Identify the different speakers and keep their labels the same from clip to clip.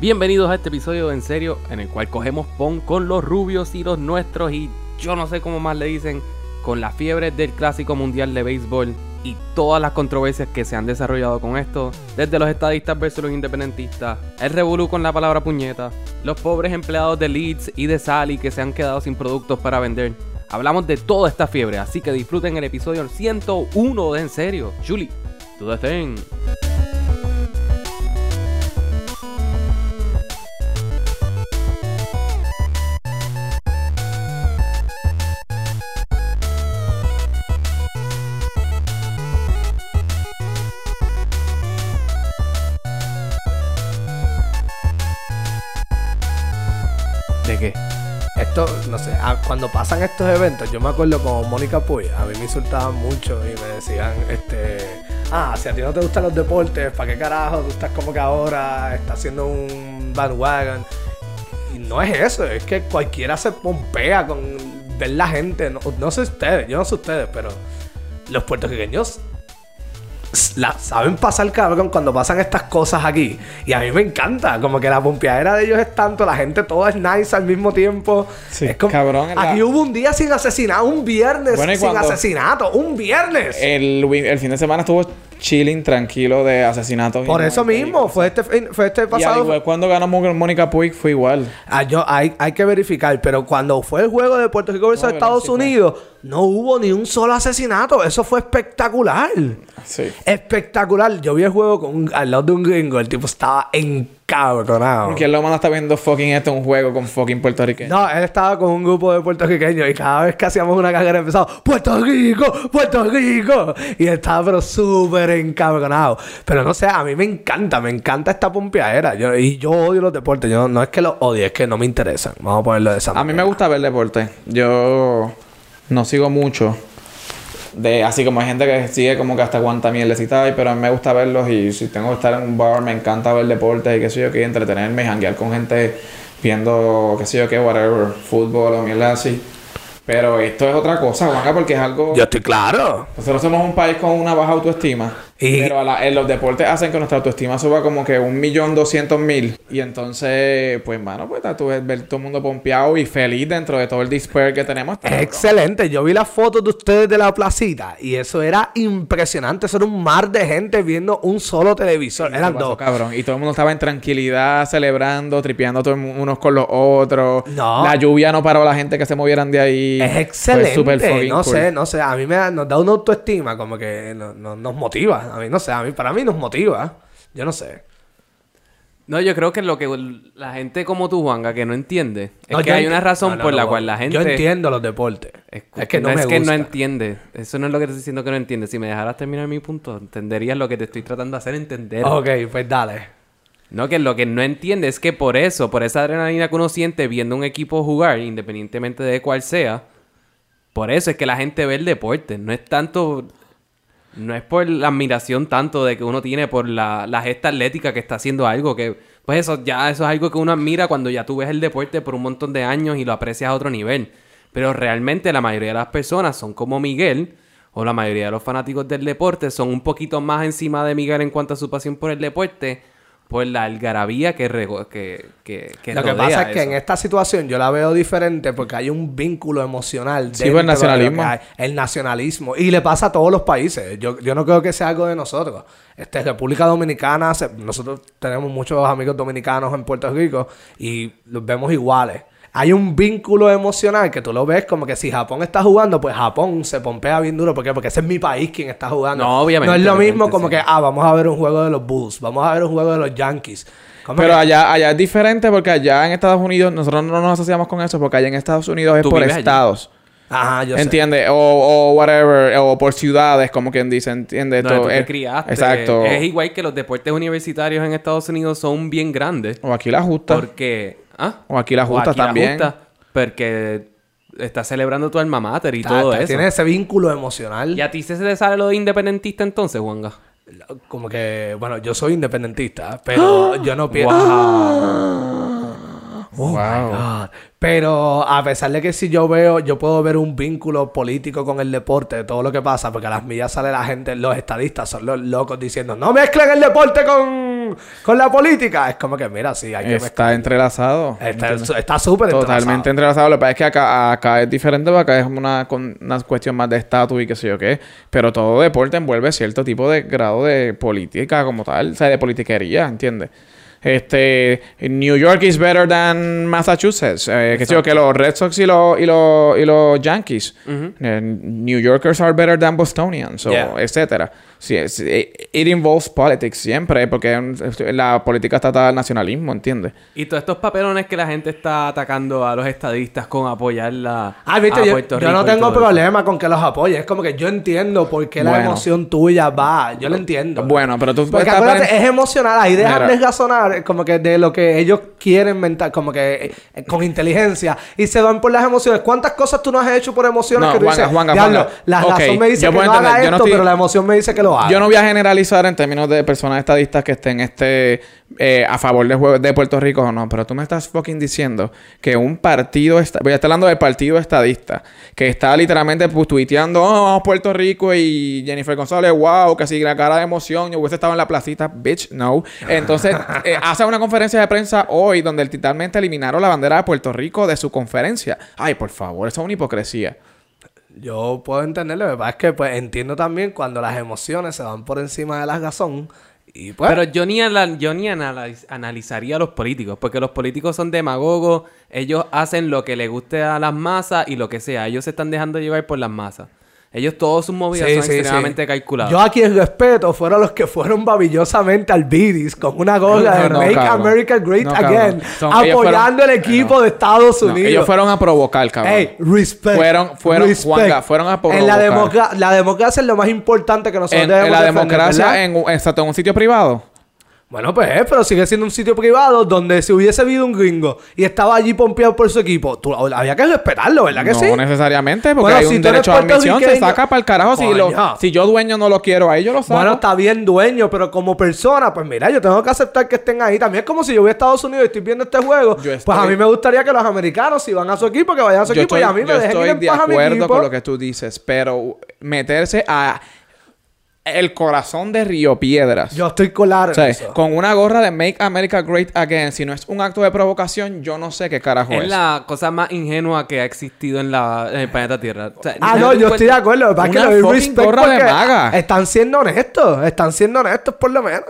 Speaker 1: Bienvenidos a este episodio de En Serio, en el cual cogemos pon con los rubios y los nuestros y yo no sé cómo más le dicen, con la fiebre del clásico mundial de béisbol y todas las controversias que se han desarrollado con esto, desde los estadistas versus los independentistas, el revolú con la palabra puñeta, los pobres empleados de Leeds y de Sally que se han quedado sin productos para vender. Hablamos de toda esta fiebre, así que disfruten el episodio 101 de En Serio. Julie, tú detén.
Speaker 2: ¿De qué? Esto, no sé, ah, cuando pasan estos eventos, yo me acuerdo con Mónica Puy, a mí me insultaban mucho y me decían, este, ah, si a ti no te gustan los deportes, ¿para qué carajo? Tú estás como que ahora, estás haciendo un bandwagon. Y no es eso, es que cualquiera se pompea con ver la gente, no, no sé ustedes, yo no sé ustedes, pero los puertorriqueños la saben pasar cabrón cuando pasan estas cosas aquí. Y a mí me encanta, como que la pompeadera de ellos es tanto, la gente toda es nice al mismo tiempo.
Speaker 3: Sí,
Speaker 2: Es como-
Speaker 3: cabrón, la-
Speaker 2: Aquí hubo un día sin asesinato, un viernes
Speaker 3: Bueno, y Eh,
Speaker 2: sin
Speaker 3: cuando-
Speaker 2: asesinato, un viernes.
Speaker 3: El, wi- el fin de semana estuvo chilling, tranquilo de asesinatos. y
Speaker 2: Por eso
Speaker 3: muertes y
Speaker 2: mismo,
Speaker 3: cosas.
Speaker 2: fue este, fin- fue este
Speaker 3: Y al
Speaker 2: pasado.
Speaker 3: igual cuando ganamos con Mónica Puig fue igual.
Speaker 2: Ah, yo- hay, hay que verificar, pero cuando fue el juego de Puerto Rico versus
Speaker 3: No, bueno,
Speaker 2: Estados
Speaker 3: sí fue.
Speaker 2: Unidos, no hubo ni un solo asesinato. Eso fue espectacular.
Speaker 3: Sí.
Speaker 2: Espectacular. Yo vi el juego con un- al lado de un gringo. El tipo estaba encabronado.
Speaker 3: Porque el humano está viendo fucking esto un juego con fucking puertorriqueño.
Speaker 2: No, él estaba con un grupo de puertorriqueños y cada vez que hacíamos una carrera empezaba ¡Puerto Rico! ¡Puerto Rico! Y él estaba pero súper encabronado. Pero no sé, a mí me encanta, me encanta esta pompeadera. Yo, y yo odio los deportes. Yo no, no es que los odie, es que no me interesan. Vamos a ponerlo de esa
Speaker 3: A mí me
Speaker 2: manera.
Speaker 3: gusta ver deporte. Yo no sigo mucho. De, así como hay gente que sigue como que hasta cuánta mielecita hay, pero a mí me gusta verlos y si tengo que estar en un bar me encanta ver deportes y qué sé yo qué, entretenerme y janguear con gente viendo qué sé yo qué, whatever, fútbol o mierda así. Pero esto es otra cosa, Juanca, porque es algo...
Speaker 2: Yo estoy claro.
Speaker 3: Nosotros somos un país con una baja autoestima.
Speaker 2: Y-
Speaker 3: Pero a la- en los deportes hacen que nuestra autoestima suba como que un millón doscientos mil. Y entonces, pues, mano, pues, tú ves ver todo el mundo pompeado y feliz dentro de todo el despair que tenemos. Está cabrón.
Speaker 2: Excelente, yo vi las fotos de ustedes de la placita y eso era impresionante, eso era un mar de gente viendo un solo televisor,
Speaker 3: Pasó,
Speaker 2: eran dos.
Speaker 3: Cabrón. Y todo el mundo estaba en tranquilidad, celebrando, tripeando todo el mu- unos con los otros.
Speaker 2: No.
Speaker 3: La lluvia no paró a la gente que se movieran de ahí.
Speaker 2: Es
Speaker 3: Fue
Speaker 2: excelente.
Speaker 3: súper fucking
Speaker 2: no
Speaker 3: cool.
Speaker 2: sé, no sé. A mí me da- nos da una autoestima como que no- no- nos motiva. A mí no sé. A mí, para mí nos motiva. Yo no sé.
Speaker 1: No, yo creo que lo que la gente como tú, Juanga, que no entiende, es
Speaker 2: No,
Speaker 1: que
Speaker 2: yo
Speaker 1: hay
Speaker 2: enti-
Speaker 1: una razón
Speaker 2: no, no,
Speaker 1: por
Speaker 2: no,
Speaker 1: la
Speaker 2: no.
Speaker 1: cual la gente...
Speaker 2: Yo entiendo los deportes. Es, que no,
Speaker 1: es
Speaker 2: me
Speaker 1: que no
Speaker 2: gusta.
Speaker 1: entiende. Eso no es lo que te estoy diciendo que no entiende. Si me dejaras terminar mi punto, entenderías lo que te estoy tratando de hacer entender.
Speaker 2: Ok, pues dale.
Speaker 1: No, que lo que no entiende es que por eso, por esa adrenalina que uno siente viendo un equipo jugar, independientemente de cuál sea, por eso es que la gente ve el deporte. No es tanto. No es por la admiración tanto de que uno tiene por la, la gesta atlética que está haciendo algo que. Pues eso, ya eso es algo que uno admira cuando ya tú ves el deporte por un montón de años y lo aprecias a otro nivel. Pero realmente la mayoría de las personas son como Miguel, o la mayoría de los fanáticos del deporte son un poquito más encima de Miguel en cuanto a su pasión por el deporte, por la algarabía que, rego- que, que, que
Speaker 2: Lo que
Speaker 1: rodea
Speaker 2: pasa es que
Speaker 1: eso.
Speaker 2: en esta situación yo la veo diferente porque hay un vínculo emocional.
Speaker 3: Sí, pues,
Speaker 2: dentro de
Speaker 3: el
Speaker 2: lo que
Speaker 3: nacionalismo.
Speaker 2: hay. El nacionalismo. Y le pasa a todos los países. Yo, yo no creo que sea algo de nosotros. Este, República Dominicana, se- nosotros tenemos muchos amigos dominicanos en Puerto Rico y los vemos iguales. Hay un vínculo emocional que tú lo ves como que si Japón está jugando, pues Japón se pompea bien duro. ¿Por qué? Porque ese es mi país quien está jugando.
Speaker 1: No, obviamente,
Speaker 2: No es lo mismo
Speaker 1: obviamente,
Speaker 2: como
Speaker 1: sí.
Speaker 2: que, ah, vamos a ver un juego de los Bulls, vamos a ver un juego de los Yankees. Como que-
Speaker 3: Pero allá, allá es diferente porque allá en Estados Unidos, nosotros no nos asociamos con eso porque allá en Estados Unidos es
Speaker 1: Tú
Speaker 3: por
Speaker 1: vives allí.
Speaker 3: estados.
Speaker 2: Ajá, Ah, yo sé.
Speaker 3: ¿Entiendes? O, o whatever, o por ciudades, como quien dice, ¿entiendes?
Speaker 1: donde
Speaker 3: Esto
Speaker 1: tú te
Speaker 3: es-
Speaker 1: criaste.
Speaker 3: eh, Exacto.
Speaker 1: Es igual que los deportes universitarios en Estados Unidos son bien grandes.
Speaker 3: O aquí la justa.
Speaker 1: Porque. ¿Ah?
Speaker 3: O aquí la justa
Speaker 1: la
Speaker 3: también.
Speaker 1: justa, porque estás celebrando tu alma mater y
Speaker 2: Ta-
Speaker 1: todo
Speaker 2: ta-
Speaker 1: eso.
Speaker 2: Tiene ese vínculo emocional.
Speaker 1: ¿Y a ti se te sale lo de independentista entonces, Juanga?
Speaker 2: Como que, bueno, yo soy independentista, pero yo no pienso. Oh God. Pero a pesar de que si yo veo, yo puedo ver un vínculo político con el deporte, de todo lo que pasa, porque a las millas sale la gente, los estadistas son los locos diciendo, no mezclen el deporte con, con, con la política. Es como que, mira, sí, hay que mezclar.
Speaker 3: Está entrelazado.
Speaker 2: Está- Está súper
Speaker 3: Totalmente entrelazado. Lo que pasa es que acá, acá es diferente, porque acá es una, con- una cuestión más de estatus y qué sé yo qué. Pero todo deporte envuelve cierto tipo de grado de política como tal, o sea, de politiquería, ¿entiendes? Este, New York is better than Massachusetts. Eh, qué sé yo, que los Red Sox y los, y los, y los Yankees. Eh, New Yorkers are better than Bostonians, o
Speaker 2: Yeah.
Speaker 3: etcétera. Sí, es- it, it involves politics siempre, porque mm, la política está atada al nacionalismo, ¿entiendes?
Speaker 1: Y todos estos papelones que la gente está atacando a los estadistas con apoyar la,
Speaker 2: Ah, viste,
Speaker 1: a
Speaker 2: yo,
Speaker 1: Puerto
Speaker 2: yo no
Speaker 1: Rico y
Speaker 2: tengo
Speaker 1: todo
Speaker 2: problema con que los apoye. Es como que yo entiendo por qué la
Speaker 3: Bueno.
Speaker 2: emoción tuya va. Yo lo entiendo.
Speaker 3: Bueno, pero tú
Speaker 2: Porque
Speaker 3: estás
Speaker 2: acuérdate,
Speaker 3: pen-
Speaker 2: es emocional. Ahí dejan
Speaker 3: Mira.
Speaker 2: desgazonar eh, como que de lo que ellos quieren mental, como que eh, eh, con inteligencia. Y se van por las emociones. ¿Cuántas cosas tú no has hecho por emociones
Speaker 3: No,
Speaker 2: que tú
Speaker 3: Juanga,
Speaker 2: dices,
Speaker 3: Juanga,
Speaker 2: "Diablo,
Speaker 3: Juanga.
Speaker 2: la
Speaker 3: Ok,
Speaker 2: razón me dice
Speaker 3: yo
Speaker 2: que no
Speaker 3: puedo
Speaker 2: haga
Speaker 3: entender,
Speaker 2: esto,
Speaker 3: yo no estoy-
Speaker 2: pero la emoción me dice que lo haga?
Speaker 3: Yo no voy a generalizar en términos de personas estadistas que estén este, eh, a favor de, jue- de Puerto Rico o no, pero tú me estás fucking diciendo que un partido, esta- voy a estar hablando del partido estadista, que está literalmente pu- tuiteando, oh, vamos Puerto Rico y Jennifer González, wow, casi la cara de emoción, yo hubiese estado en la placita, bitch, no. Entonces, eh, hace una conferencia de prensa hoy donde literalmente eliminaron la bandera de Puerto Rico de su conferencia. Ay, por favor, eso es una hipocresía.
Speaker 2: Yo puedo entenderlo, lo que pasa es que pues, entiendo también cuando las emociones se van por encima de las razón y pues
Speaker 1: Pero yo ni, ala- yo ni analiz- analizaría a los políticos, porque los políticos son demagogos, ellos hacen lo que les guste a las masas y lo que sea, ellos se están dejando llevar por las masas. Ellos todos sus movidas
Speaker 2: Sí,
Speaker 1: son
Speaker 2: sí, sí.
Speaker 1: extremadamente calculados.
Speaker 2: Yo aquí el respeto fueron los que fueron babillosamente al Bidis con una gorra de
Speaker 3: No,
Speaker 2: Make
Speaker 3: cabrón.
Speaker 2: America Great
Speaker 3: No, cabrón.
Speaker 2: Again,
Speaker 3: Son- ellos
Speaker 2: apoyando
Speaker 3: fueron-
Speaker 2: el equipo de Estados
Speaker 3: No,
Speaker 2: Unidos.
Speaker 3: ellos fueron a provocar, cabrón.
Speaker 2: Ey, respect.
Speaker 3: Fueron- fueron- Juanga, fueron a
Speaker 2: En la,
Speaker 3: provocar.
Speaker 2: democra- la democracia es lo más importante que nosotros
Speaker 3: en, en
Speaker 2: debemos
Speaker 3: la
Speaker 2: defender, ¿verdad?
Speaker 3: democracia en, un- exacto, en un sitio privado.
Speaker 2: Bueno, pues, eh, pero sigue siendo un sitio privado donde si hubiese habido un gringo y estaba allí pompeado por su equipo, tú- había que respetarlo, ¿verdad que
Speaker 3: no
Speaker 2: sí?
Speaker 3: necesariamente, porque
Speaker 2: Bueno,
Speaker 3: hay
Speaker 2: si
Speaker 3: un
Speaker 2: tú eres
Speaker 3: derecho a admisión, se
Speaker 2: puertorriqueño-
Speaker 3: saca para el carajo. Si,
Speaker 2: Coño.
Speaker 3: lo- si yo dueño no lo quiero, a ellos lo saco.
Speaker 2: Bueno, está bien dueño, pero como persona, pues mira, yo tengo que aceptar que estén ahí. También es como si yo voy a Estados Unidos y estoy viendo este juego.
Speaker 3: Yo
Speaker 2: Pues a
Speaker 3: estoy-
Speaker 2: mí me gustaría que los americanos, si van a su equipo, que vayan a su
Speaker 3: yo
Speaker 2: equipo
Speaker 3: estoy,
Speaker 2: y a mí me
Speaker 3: yo
Speaker 2: dejen
Speaker 3: estoy
Speaker 2: ir en
Speaker 3: de
Speaker 2: paz a mi
Speaker 3: acuerdo
Speaker 2: equipo.
Speaker 3: con lo que tú dices, pero meterse a el corazón de Río Piedras.
Speaker 2: Yo estoy claro
Speaker 3: o sea,
Speaker 2: en eso.
Speaker 3: con una gorra de Make America Great Again, si no es un acto de provocación, yo no sé qué carajo es.
Speaker 1: Es la cosa más ingenua que ha existido en, la, en el planeta Tierra. O sea,
Speaker 2: Ah,
Speaker 1: ni-
Speaker 2: no,
Speaker 1: ni-
Speaker 2: yo estoy de acuerdo. Lo que pasa es que
Speaker 3: Una
Speaker 2: le doy
Speaker 3: fucking
Speaker 2: respect
Speaker 3: gorra de
Speaker 2: porque
Speaker 3: maga.
Speaker 2: Están siendo honestos. Están siendo honestos, por lo menos.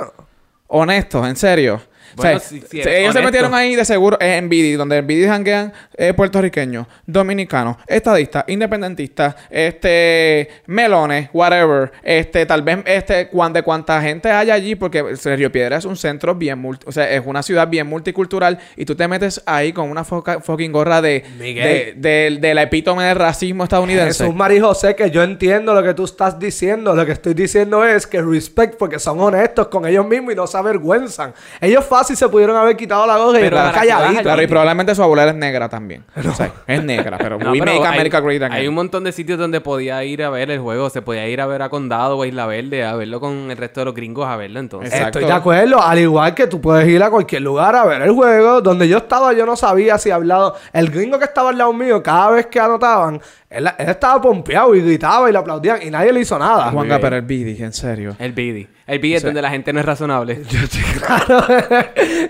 Speaker 3: Honestos, en serio.
Speaker 1: Bueno,
Speaker 3: O sea,
Speaker 1: sí, sí,
Speaker 3: se- ellos
Speaker 1: honesto.
Speaker 3: se metieron ahí de seguro eh, en BD, donde en BD janguean eh, puertorriqueños, dominicanos, estadistas, independentistas, este, melones, whatever, este, tal vez, este, cuan- de cuánta gente hay allí, porque Río Piedra es un centro bien, multi- o sea, es una ciudad bien multicultural, y tú te metes ahí con una foca- fucking gorra de,
Speaker 2: Miguel.
Speaker 3: de- de- del epítome del racismo estadounidense.
Speaker 2: Jesús María José, que yo entiendo lo que tú estás diciendo. Lo que estoy diciendo es que respect porque son honestos con ellos mismos y no se avergüenzan. Ellos fácil se pudieron haber quitado la gorra y
Speaker 1: Pero
Speaker 2: estar
Speaker 1: para que vas
Speaker 2: calladitos.
Speaker 1: allá-
Speaker 3: Claro, y probablemente su abuela es negra también. O sea, es negra, pero
Speaker 1: No,
Speaker 3: we
Speaker 1: pero
Speaker 3: make
Speaker 1: hay-
Speaker 3: America great again.
Speaker 1: Hay un montón de sitios donde podía ir a ver el juego. Se podía ir a ver a Condado o a Isla Verde, a verlo con el resto de los gringos, a verlo entonces.
Speaker 3: Exacto.
Speaker 2: Estoy de acuerdo, al igual que tú puedes ir a cualquier lugar a ver el juego. Donde yo estaba, yo no sabía si hablado. El gringo que estaba al lado mío, cada vez que anotaban, él, él estaba pompeado y gritaba y le aplaudían y nadie le hizo nada.
Speaker 3: Juanga, pero el BD, en serio.
Speaker 2: Eh,
Speaker 1: El BD. El BD es donde la gente no es razonable.
Speaker 2: Yo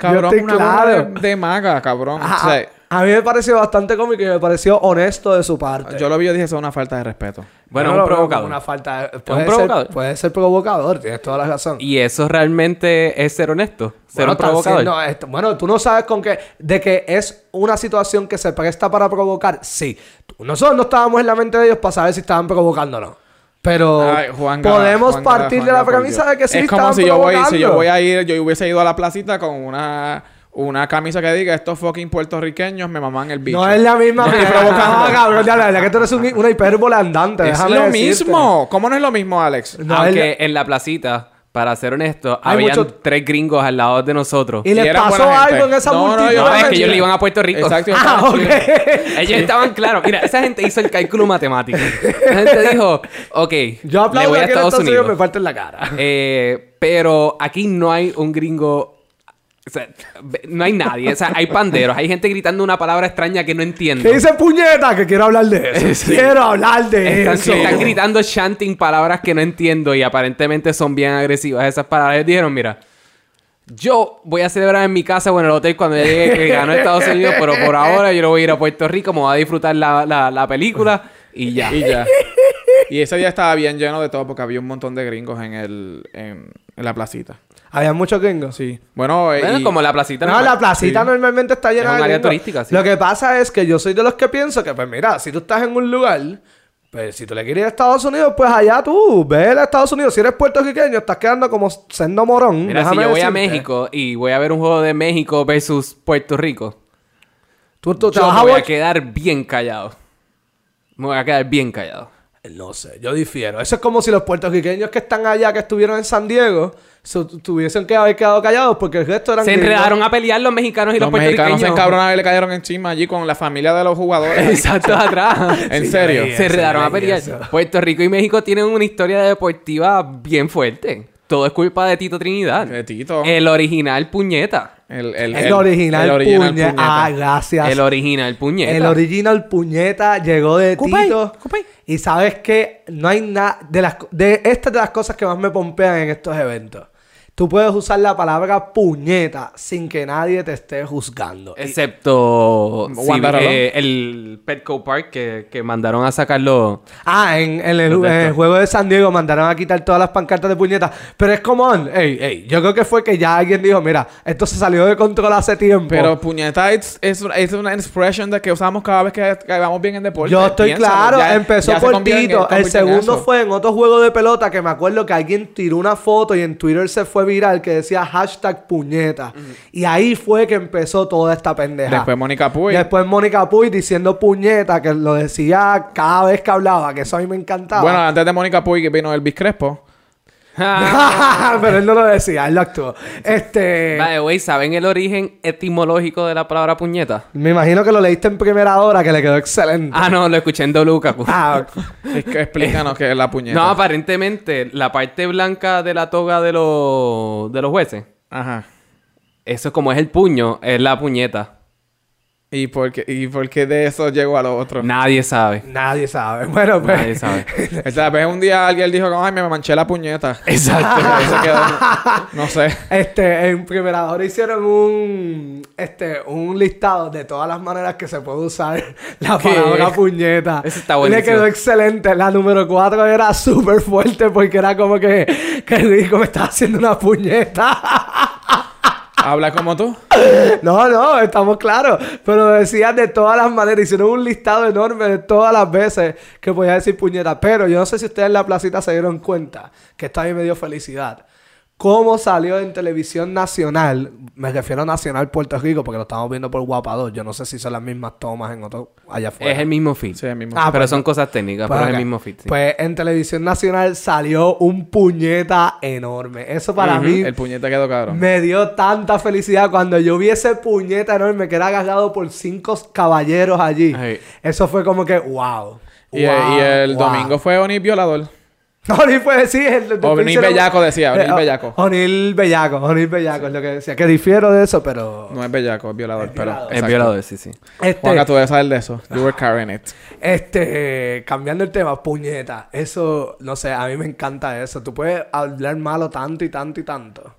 Speaker 3: Cabrón,
Speaker 2: estoy claro.
Speaker 3: una
Speaker 2: Ah,
Speaker 3: gorra de, de maga, cabrón.
Speaker 2: A,
Speaker 3: O
Speaker 2: a-
Speaker 3: sea,
Speaker 2: a mí me pareció bastante cómico y me pareció honesto de su parte.
Speaker 3: yo lo vi y dije, eso es una falta de respeto.
Speaker 1: Bueno,
Speaker 2: Yo
Speaker 1: un
Speaker 2: lo veo como
Speaker 1: provocador.
Speaker 2: Una falta de- puede ser-
Speaker 1: provocador.
Speaker 2: Puede ser provocador, tienes toda la razón.
Speaker 1: Y eso realmente es ser honesto. Ser
Speaker 2: Bueno,
Speaker 1: un
Speaker 2: tan
Speaker 1: provocador.
Speaker 2: siendo esto- bueno, tú no sabes con qué. De que es una situación que se presta para provocar, sí. Tú- Nosotros no estábamos en la mente de ellos para saber si estaban provocando o no. Pero
Speaker 3: Ay, Juanga,
Speaker 2: podemos
Speaker 3: Juanga,
Speaker 2: partir de
Speaker 3: Juanga,
Speaker 2: la
Speaker 3: por
Speaker 2: premisa
Speaker 3: Dios.
Speaker 2: de que sí
Speaker 3: Es como
Speaker 2: estaban
Speaker 3: si yo voy,
Speaker 2: provocando.
Speaker 3: si yo voy a ir, yo hubiese ido a la placita con una, una camisa que diga, estos fucking puertorriqueños me maman el bicho.
Speaker 2: No es la misma.
Speaker 3: estoy
Speaker 2: mierda.
Speaker 3: provocando.
Speaker 2: Ah, cabrón, ya, la verdad que tú eres un- una hipérbola andante.
Speaker 3: Es
Speaker 2: déjame
Speaker 3: lo
Speaker 2: decirte.
Speaker 3: mismo. ¿Cómo no es lo mismo, Alex?
Speaker 2: No,
Speaker 1: Aunque
Speaker 2: él-
Speaker 1: en la placita, para ser honesto,
Speaker 2: Hay
Speaker 1: habían
Speaker 2: mucho-
Speaker 1: tres gringos al lado de nosotros.
Speaker 2: Y les
Speaker 3: eran
Speaker 2: pasó
Speaker 3: buena gente.
Speaker 2: algo en esa
Speaker 3: No, no,
Speaker 2: multitud.
Speaker 3: yo-
Speaker 1: No,
Speaker 2: de
Speaker 1: es que ellos
Speaker 2: Chile.
Speaker 1: le iban a Puerto Rico.
Speaker 3: Exacto.
Speaker 2: Ah, ok.
Speaker 1: Ellos estaban claros. Mira, esa gente hizo el cálculo matemático. La gente dijo, ok,
Speaker 2: Yo
Speaker 1: le
Speaker 2: aplaudo
Speaker 1: voy a
Speaker 2: que en
Speaker 1: Estados Unidos.
Speaker 2: me falta en la cara.
Speaker 1: Eh, pero aquí no hay un gringo. o sea, ve- no hay nadie. O sea, hay panderos. Hay gente gritando una palabra extraña que no entiendo.
Speaker 2: Que dice puñeta que quiero hablar de eso. Quiero hablar de
Speaker 1: Están,
Speaker 2: eso.
Speaker 1: están gritando chanting palabras que no entiendo y aparentemente son bien agresivas esas palabras. Ellos dijeron, mira, Yo voy a celebrar en mi casa o en el hotel cuando ya llegue que ganó Estados Unidos, pero por ahora yo no voy a ir a Puerto Rico, me voy a disfrutar la, la- la película y ya.
Speaker 3: Y ya. Y ese día estaba bien lleno de todo porque había un montón de gringos en el en, en la placita.
Speaker 2: Había muchos gringos.
Speaker 3: Sí. Bueno, eh,
Speaker 1: Bueno,
Speaker 3: y-
Speaker 1: como la placita.
Speaker 2: No, la
Speaker 1: normal.
Speaker 2: placita
Speaker 3: Sí.
Speaker 2: normalmente está llena
Speaker 1: Es un
Speaker 2: de
Speaker 1: área
Speaker 2: gringos.
Speaker 1: turística, sí.
Speaker 2: Lo que pasa es que yo soy de los que pienso que, pues mira, si tú estás en un lugar, pues si tú le quieres ir a Estados Unidos, pues allá tú, ve a Estados Unidos. Si eres puertorriqueño, estás quedando como sendo morón.
Speaker 1: Mira, si
Speaker 2: déjame
Speaker 1: yo voy a
Speaker 2: decirte.
Speaker 1: México y voy a ver un juego de México versus Puerto Rico,
Speaker 2: tú, tú te
Speaker 1: yo
Speaker 2: vas
Speaker 1: me
Speaker 2: a
Speaker 1: voy a
Speaker 2: Watch-
Speaker 1: quedar bien callado. Me voy a quedar bien callado.
Speaker 2: No sé, yo difiero. Eso es como si los puertorriqueños que están allá, que estuvieron en San Diego, se tu- tuviesen que haber quedado callados porque el resto eran
Speaker 1: Se
Speaker 2: gringos.
Speaker 1: enredaron a pelear los mexicanos y los,
Speaker 3: los mexicanos se
Speaker 1: puertorriqueños.
Speaker 3: encabronaron y le cayeron encima allí con la familia de los jugadores.
Speaker 1: Exacto, atrás.
Speaker 3: en
Speaker 2: Sí,
Speaker 3: serio.
Speaker 2: ahí. eh.
Speaker 1: se enredaron
Speaker 2: eso,
Speaker 1: a pelear.
Speaker 2: eso.
Speaker 1: Puerto Rico y México tienen una historia deportiva bien fuerte. Todo es culpa de Tito Trinidad.
Speaker 3: De eh, Tito.
Speaker 1: El original puñeta.
Speaker 3: El,
Speaker 2: El, Eh, original,
Speaker 3: el original
Speaker 2: puñe-
Speaker 3: puñeta.
Speaker 2: Ah, gracias.
Speaker 1: El original puñeta.
Speaker 2: El original puñeta llegó de
Speaker 1: Cupay,
Speaker 2: Tito.
Speaker 1: cupay.
Speaker 2: Y sabes que no hay nada de las co- de estas de las cosas que más me pompean en estos eventos. Tú puedes usar la palabra puñeta sin que nadie te esté juzgando. Y-
Speaker 1: Excepto sí,
Speaker 3: Wanda Rolón.
Speaker 1: eh, el Petco Park que, que mandaron a sacarlo.
Speaker 2: Ah, en, en el,
Speaker 1: Perfecto.
Speaker 2: en el juego de San Diego mandaron a quitar todas las pancartas de puñetas. Pero es como, ey, ey, yo creo que fue que ya alguien dijo, mira, esto se salió de control hace tiempo.
Speaker 3: Pero puñeta es, es, una- es una expresión de que usamos cada vez que, que vamos bien en deporte.
Speaker 2: Yo estoy
Speaker 3: eh, Piénsalo,
Speaker 2: claro,
Speaker 3: ya-
Speaker 2: empezó
Speaker 3: ya se
Speaker 2: por
Speaker 3: convierte en-
Speaker 2: Tito. El
Speaker 3: convierte en
Speaker 2: segundo
Speaker 3: eso.
Speaker 2: fue en otro juego de pelota que me acuerdo que alguien tiró una foto y en Twitter se fue viral que decía hashtag puñeta. Y ahí fue que empezó toda esta pendeja.
Speaker 3: Después Mónica Puy.
Speaker 2: Después Mónica Puy diciendo puñeta, que lo decía cada vez que hablaba, que eso a mí me encantaba.
Speaker 3: Bueno, antes de Mónica Puy que vino Elvis Crespo.
Speaker 2: Ah,
Speaker 1: Ah,
Speaker 2: Pero él no lo decía, él lo actuó. Este.
Speaker 1: By the way, ¿saben el origen etimológico de la palabra puñeta?
Speaker 2: Me imagino que lo leíste en primera hora, que le quedó excelente.
Speaker 1: Ah, no, lo escuché en WKQ.
Speaker 2: Ah,
Speaker 3: Es que explícanos qué es la puñeta.
Speaker 1: No, aparentemente, la parte blanca de la toga de los, de los jueces,
Speaker 3: Ajá.
Speaker 1: eso es como es el puño, es la puñeta.
Speaker 3: ¿Y por, qué, ¿Y por qué de eso llegó a lo otro?
Speaker 1: Nadie sabe.
Speaker 2: nadie sabe. Bueno, pues.
Speaker 1: Nadie sabe.
Speaker 3: Esta vez un día alguien dijo, ay, me manché la puñeta.
Speaker 1: Exacto.
Speaker 3: Pero ahí se quedó. no sé.
Speaker 2: Este, en primera hora hicieron un este, un listado de todas las maneras que se puede usar la
Speaker 1: ¿Qué?
Speaker 2: palabra puñeta.
Speaker 1: Eso está
Speaker 2: Le
Speaker 1: buenísimo.
Speaker 2: quedó excelente. La número 4 era súper fuerte porque era como que, que el disco me estaba haciendo una puñeta.
Speaker 3: Habla como tú.
Speaker 2: No, no, estamos claros. Pero decían de todas las maneras, hicieron un listado enorme de todas las veces que podía decir puñeta. Pero yo no sé si ustedes en la placita se dieron cuenta, que esto a mí me dio felicidad. ¿Cómo salió en televisión nacional? Me refiero a Nacional Puerto Rico, porque lo estamos viendo por Guapador. Yo no sé si son las mismas tomas en otro allá afuera.
Speaker 1: Es el mismo fit.
Speaker 3: Sí, el mismo.
Speaker 2: Ah,
Speaker 1: pero
Speaker 2: pues-
Speaker 1: son cosas técnicas,
Speaker 2: Pues,
Speaker 1: pero es
Speaker 2: ok.
Speaker 1: el mismo fit. sí.
Speaker 2: Pues en televisión nacional salió un puñeta enorme. Eso para mí
Speaker 3: El puñeta quedó cabrón.
Speaker 2: me dio tanta felicidad cuando yo vi ese puñeta enorme que era agarrado por cinco caballeros allí.
Speaker 3: Ay.
Speaker 2: Eso fue como que, wow.
Speaker 3: Y,
Speaker 2: wow,
Speaker 3: y el
Speaker 2: wow.
Speaker 3: domingo fue Oni Violador.
Speaker 2: O'Neill fue, sí, el, el-
Speaker 3: O'Neill
Speaker 2: hicieron-
Speaker 3: Bellaco decía, O'Neill
Speaker 2: Eh, o-
Speaker 3: Bellaco.
Speaker 2: O'Neill Bellaco, O'Neill Bellaco es lo que decía. Que difiero de eso, pero.
Speaker 3: No es bellaco, es violador. pero,
Speaker 2: violador.
Speaker 1: es
Speaker 3: exacto.
Speaker 1: violador, sí, sí.
Speaker 3: Juanca, tú
Speaker 2: Este,
Speaker 3: debes saber de eso. You were carrying it.
Speaker 2: este, cambiando el tema, puñeta. Eso, no sé, a mí me encanta eso. Tú puedes hablar malo tanto y tanto y tanto.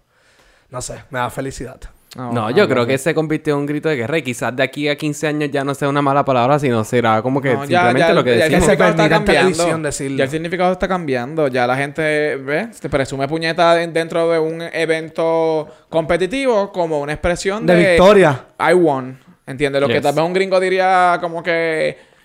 Speaker 2: No sé, me da felicidad.
Speaker 3: No,
Speaker 1: No,
Speaker 3: no,
Speaker 1: yo creo
Speaker 3: no.
Speaker 1: que se convirtió en un grito de guerra y quizás de aquí a 15 años ya no sea una mala palabra, sino será como que
Speaker 3: No, ya-
Speaker 1: simplemente
Speaker 3: ya-
Speaker 1: lo que
Speaker 3: ya el
Speaker 1: decimos.
Speaker 2: se
Speaker 3: significado
Speaker 2: permite
Speaker 3: está
Speaker 2: en
Speaker 3: cambiando.
Speaker 2: televisión decirlo.
Speaker 3: Ya el significado está cambiando. Ya la gente ve, se presume puñeta en- dentro de un evento competitivo como una expresión de,
Speaker 2: De victoria.
Speaker 3: I won. ¿Entiendes? Lo que
Speaker 1: Yes.
Speaker 3: tal vez un gringo diría como que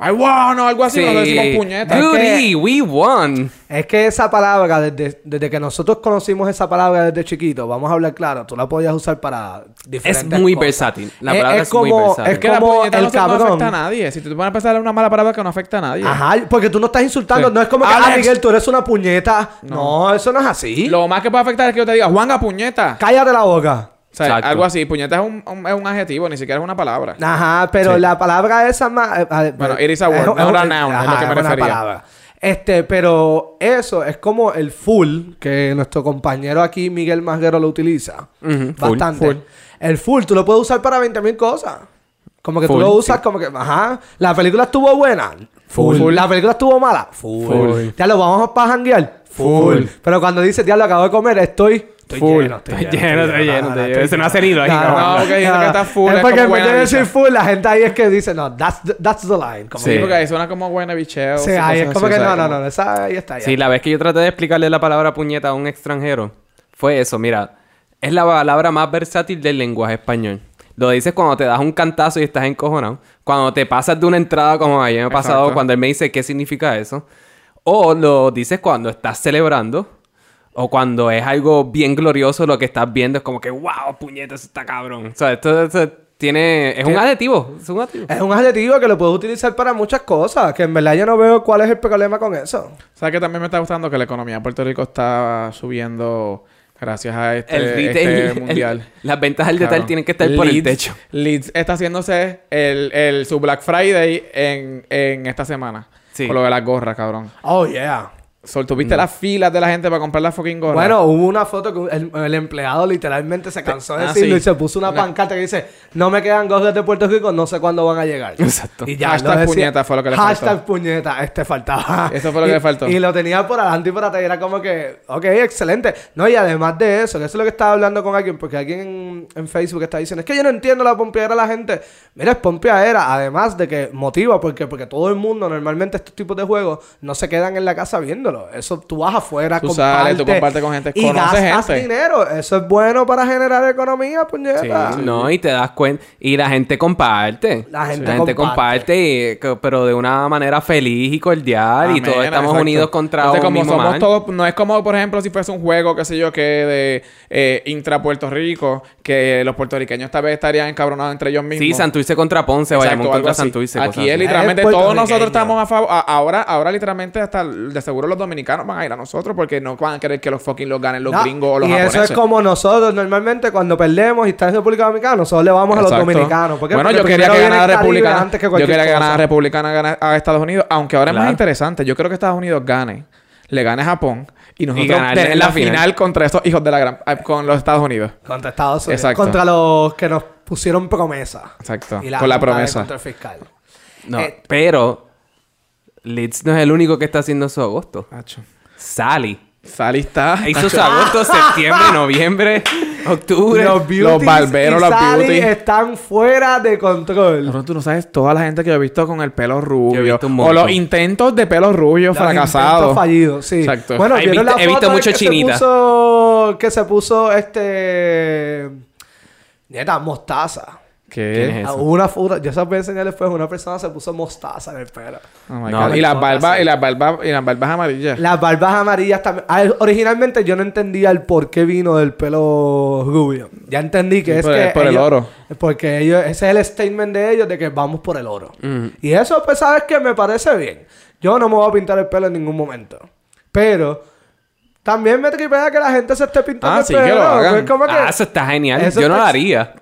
Speaker 3: I won o algo así. Nosotros decimos puñeta.
Speaker 1: Goody, we won.
Speaker 2: Es que esa palabra, desde, desde que nosotros conocimos esa palabra desde chiquito, vamos a hablar claro, tú la podías usar para
Speaker 1: Es
Speaker 2: diferentes
Speaker 1: muy
Speaker 2: cosas.
Speaker 1: versátil. La
Speaker 2: Es-
Speaker 1: palabra es,
Speaker 2: es
Speaker 1: muy
Speaker 2: como-
Speaker 1: versátil.
Speaker 2: es
Speaker 3: Es que la
Speaker 2: como
Speaker 3: puñeta
Speaker 2: el
Speaker 3: no, se- no
Speaker 2: cabrón.
Speaker 3: afecta a nadie. Si tú te pones a pensar en una mala palabra que no afecta a nadie.
Speaker 2: Ajá, porque tú no estás insultando,
Speaker 3: Sí.
Speaker 2: no es como que, ah,
Speaker 3: Alex.
Speaker 2: Miguel, tú eres una puñeta. No, eso no es así.
Speaker 3: Lo más que puede afectar es que yo te diga, Juanga, puñeta.
Speaker 2: Cállate la boca.
Speaker 3: O sea,
Speaker 1: Exacto.
Speaker 3: algo así. Puñeta es un, un- es un adjetivo, ni siquiera es una palabra.
Speaker 2: Ajá, pero la palabra esa eh, más...
Speaker 3: Bueno, it is a word, no era noun, es lo que me refería.
Speaker 2: Este, pero eso es como el full que nuestro compañero aquí, Miguel Masguero, lo utiliza.
Speaker 1: Ujú, full,
Speaker 2: Bastante.
Speaker 1: full.
Speaker 2: El full tú lo puedes usar para 20.000 cosas. Como que tú
Speaker 1: Full,
Speaker 2: lo usas como que, ajá, la película estuvo buena. Full.
Speaker 3: Full.
Speaker 2: La película estuvo mala. Full. Ya lo vamos para janguear. Full. Pero cuando dices, ya lo acabo de comer, estoy Estoy
Speaker 1: Full.
Speaker 2: lleno, estoy lleno.
Speaker 1: estoy lleno, estoy lleno.
Speaker 2: estoy
Speaker 1: Eso no hace ni lógica.
Speaker 3: No, ok, dice que está full,
Speaker 2: Es
Speaker 3: es
Speaker 2: porque
Speaker 3: como
Speaker 2: en vez de
Speaker 3: buena
Speaker 2: decir
Speaker 3: vista.
Speaker 2: full, la gente ahí es que dice, no, that's the, that's the line. Como
Speaker 1: Sí.
Speaker 2: que-
Speaker 3: porque ahí suena como buena bicheo.
Speaker 2: Sí,
Speaker 3: cosas
Speaker 2: ahí es
Speaker 3: así,
Speaker 2: como
Speaker 3: o
Speaker 2: que
Speaker 3: sea,
Speaker 2: no, no,
Speaker 3: como-
Speaker 2: no, esa ahí está ya.
Speaker 1: Sí, la vez que yo traté de explicarle la palabra puñeta a un extranjero, fue eso, mira, es la palabra más versátil del lenguaje español. Lo dices cuando te das un cantazo y estás encojonado, cuando te pasas de una entrada como ayer me ha pasado,
Speaker 3: Exacto.
Speaker 1: cuando él me dice qué significa eso, o lo dices cuando estás celebrando. O cuando es algo bien glorioso lo que estás viendo es como que, wow, puñeta, eso está cabrón. O sea, esto, esto tiene... Es un adjetivo. Es un adjetivo.
Speaker 2: Es un adjetivo que lo puedes utilizar para muchas cosas, que en verdad yo no veo cuál es el problema con eso.
Speaker 3: ¿Sabes que también me está gustando? Que la economía de Puerto Rico está subiendo gracias a este,
Speaker 1: el retail...
Speaker 3: este
Speaker 1: el-
Speaker 3: mundial.
Speaker 1: las ventas del detalle
Speaker 3: Claro.
Speaker 1: tienen que estar por el
Speaker 3: Leeds-
Speaker 1: techo.
Speaker 3: Leeds está haciéndose el, el- su Black Friday en, en esta semana.
Speaker 1: Sí.
Speaker 3: Con lo de las gorras, cabrón.
Speaker 2: Oh, yeah.
Speaker 3: Sol, ¿tuviste las filas de la gente para comprar las fucking gorras?
Speaker 2: Bueno, hubo una foto que el, el empleado literalmente se cansó de
Speaker 3: Ah,
Speaker 2: decirlo
Speaker 3: sí.
Speaker 2: y se puso una
Speaker 3: Una-
Speaker 2: pancarta que dice, no me quedan gorras de Puerto Rico, no sé cuándo van a llegar.
Speaker 1: Exacto.
Speaker 2: Y ya,
Speaker 3: Hashtag
Speaker 2: lo decía-
Speaker 3: puñeta fue lo que le faltó.
Speaker 2: Hashtag puñeta, este faltaba.
Speaker 3: Eso fue lo que
Speaker 2: Y-
Speaker 3: le faltó.
Speaker 2: Y lo tenía por adelante y por atrás y era como que, ok, excelente. No, y además de eso, que eso es lo que estaba hablando con alguien, porque alguien en, en Facebook está diciendo, es que yo no entiendo la pompeadera de la gente. Mira, es pompeadera, además de que motiva, porque, porque todo el mundo normalmente estos tipos de juegos no se quedan en la casa viéndolo. Eso tú vas afuera,
Speaker 3: Tú sales, tú compartes con gente,
Speaker 2: y
Speaker 3: conoces
Speaker 2: gastas
Speaker 3: gente.
Speaker 2: dinero. Eso es bueno para generar economía,
Speaker 3: Ah,
Speaker 2: puñeta.
Speaker 1: Sí, no, y te das cuenta. Y la gente comparte.
Speaker 2: La gente comparte.
Speaker 1: comparte, y- que- pero de una manera feliz y cordial. y
Speaker 3: Amén,
Speaker 1: todos estamos
Speaker 3: exacto.
Speaker 1: unidos contra
Speaker 3: Entonces,
Speaker 1: un
Speaker 3: como
Speaker 1: mismo
Speaker 3: somos
Speaker 1: mal.
Speaker 3: todos, no es como, por ejemplo, si fuese un juego, qué sé yo, que de eh, intra Puerto Rico, que los puertorriqueños tal vez estarían encabronados entre ellos mismos.
Speaker 1: Sí, Santurce contra Ponce,
Speaker 3: Exacto,
Speaker 1: Bayamón
Speaker 3: algo
Speaker 1: contra
Speaker 3: así.
Speaker 1: Santurce. cosas
Speaker 3: Aquí es
Speaker 1: así.
Speaker 3: literalmente
Speaker 2: Es
Speaker 3: todos
Speaker 2: puertorriqueño.
Speaker 3: nosotros estamos a favor. a- Ahora, ahora literalmente hasta de seguro los dominicanos van a ir a nosotros porque no van a querer que los fucking los ganen los
Speaker 2: No,
Speaker 3: gringos o los
Speaker 2: y
Speaker 3: japoneses.
Speaker 2: eso es como nosotros normalmente cuando perdemos y está en República Dominicana, nosotros le vamos a
Speaker 3: Exacto.
Speaker 2: los dominicanos. ¿Por qué?
Speaker 3: Bueno,
Speaker 2: Porque
Speaker 3: yo quería
Speaker 2: primero
Speaker 3: que
Speaker 2: viene
Speaker 3: ganara
Speaker 2: el Caribe
Speaker 3: Republicana.
Speaker 2: antes que
Speaker 3: yo
Speaker 2: cualquier
Speaker 3: quería que
Speaker 2: cosa.
Speaker 3: ganara Republicana gana a Estados Unidos. Aunque ahora es
Speaker 1: Claro.
Speaker 3: más interesante. Yo creo que Estados Unidos gane. Le gane a Japón. Y nosotros
Speaker 1: ganarle
Speaker 3: tener
Speaker 1: en
Speaker 3: la
Speaker 1: la
Speaker 3: final.
Speaker 1: final.
Speaker 3: contra estos hijos de la gran... ah, Con los Estados Unidos.
Speaker 2: Contra Estados Unidos.
Speaker 3: Exacto.
Speaker 2: Contra los que nos pusieron promesa.
Speaker 3: Exacto.
Speaker 2: Y
Speaker 3: con la
Speaker 2: junta de
Speaker 3: promesa.
Speaker 2: control fiscal.
Speaker 1: No,
Speaker 2: Eh,
Speaker 1: pero Leeds no es el único que está haciendo eso agosto.
Speaker 3: Acho.
Speaker 1: Sally.
Speaker 3: Sally está...
Speaker 1: Hizo su agosto, septiembre, noviembre, octubre.
Speaker 2: Los beauties
Speaker 3: los barberos,
Speaker 2: y
Speaker 3: los
Speaker 2: Sally
Speaker 3: beauties.
Speaker 2: están fuera de control.
Speaker 3: Cabrón, tú no sabes toda la gente que yo he visto con el pelo rubio.
Speaker 1: visto un
Speaker 3: o
Speaker 1: montón.
Speaker 3: los intentos de pelo rubio
Speaker 2: Los intentos
Speaker 3: fracasados.
Speaker 2: fallidos, sí.
Speaker 3: Exacto.
Speaker 2: Bueno,
Speaker 1: He
Speaker 2: vieron
Speaker 1: visto-
Speaker 2: la
Speaker 1: he visto
Speaker 2: foto de
Speaker 1: mucho
Speaker 2: que
Speaker 1: chinita.
Speaker 2: Se puso, que se puso este. Neta, mostaza.
Speaker 1: ¿Quién
Speaker 3: ¿Qué?
Speaker 1: es?
Speaker 2: Ah,
Speaker 1: Eso.
Speaker 2: Hubo una foto, yo se las voy a enseñar después. Una persona se puso mostaza en el pelo.
Speaker 3: Oh my
Speaker 1: No,
Speaker 3: God. Y las
Speaker 2: no,
Speaker 3: barbas...
Speaker 2: así.
Speaker 3: Y las barbas... Y las barbas amarillas.
Speaker 2: Las barbas amarillas también. Ah, Originalmente yo no entendía el por qué vino del pelo rubio. Ya entendí que
Speaker 3: Sí,
Speaker 2: es
Speaker 3: por
Speaker 2: que
Speaker 3: el- por el
Speaker 2: ellos-
Speaker 3: oro.
Speaker 2: Porque ellos, ese es el statement de ellos de que vamos por el oro.
Speaker 3: Mm.
Speaker 2: Y eso, pues, sabes que me parece bien. Yo no me voy a pintar el pelo en ningún momento. Pero también me tripea que la gente se esté pintando
Speaker 3: Ah,
Speaker 2: el
Speaker 3: sí, que
Speaker 2: pelo.
Speaker 3: lo hagan.
Speaker 2: Es como que-
Speaker 1: Ah, eso está genial.
Speaker 2: Eso
Speaker 1: yo no
Speaker 2: está-
Speaker 1: lo haría.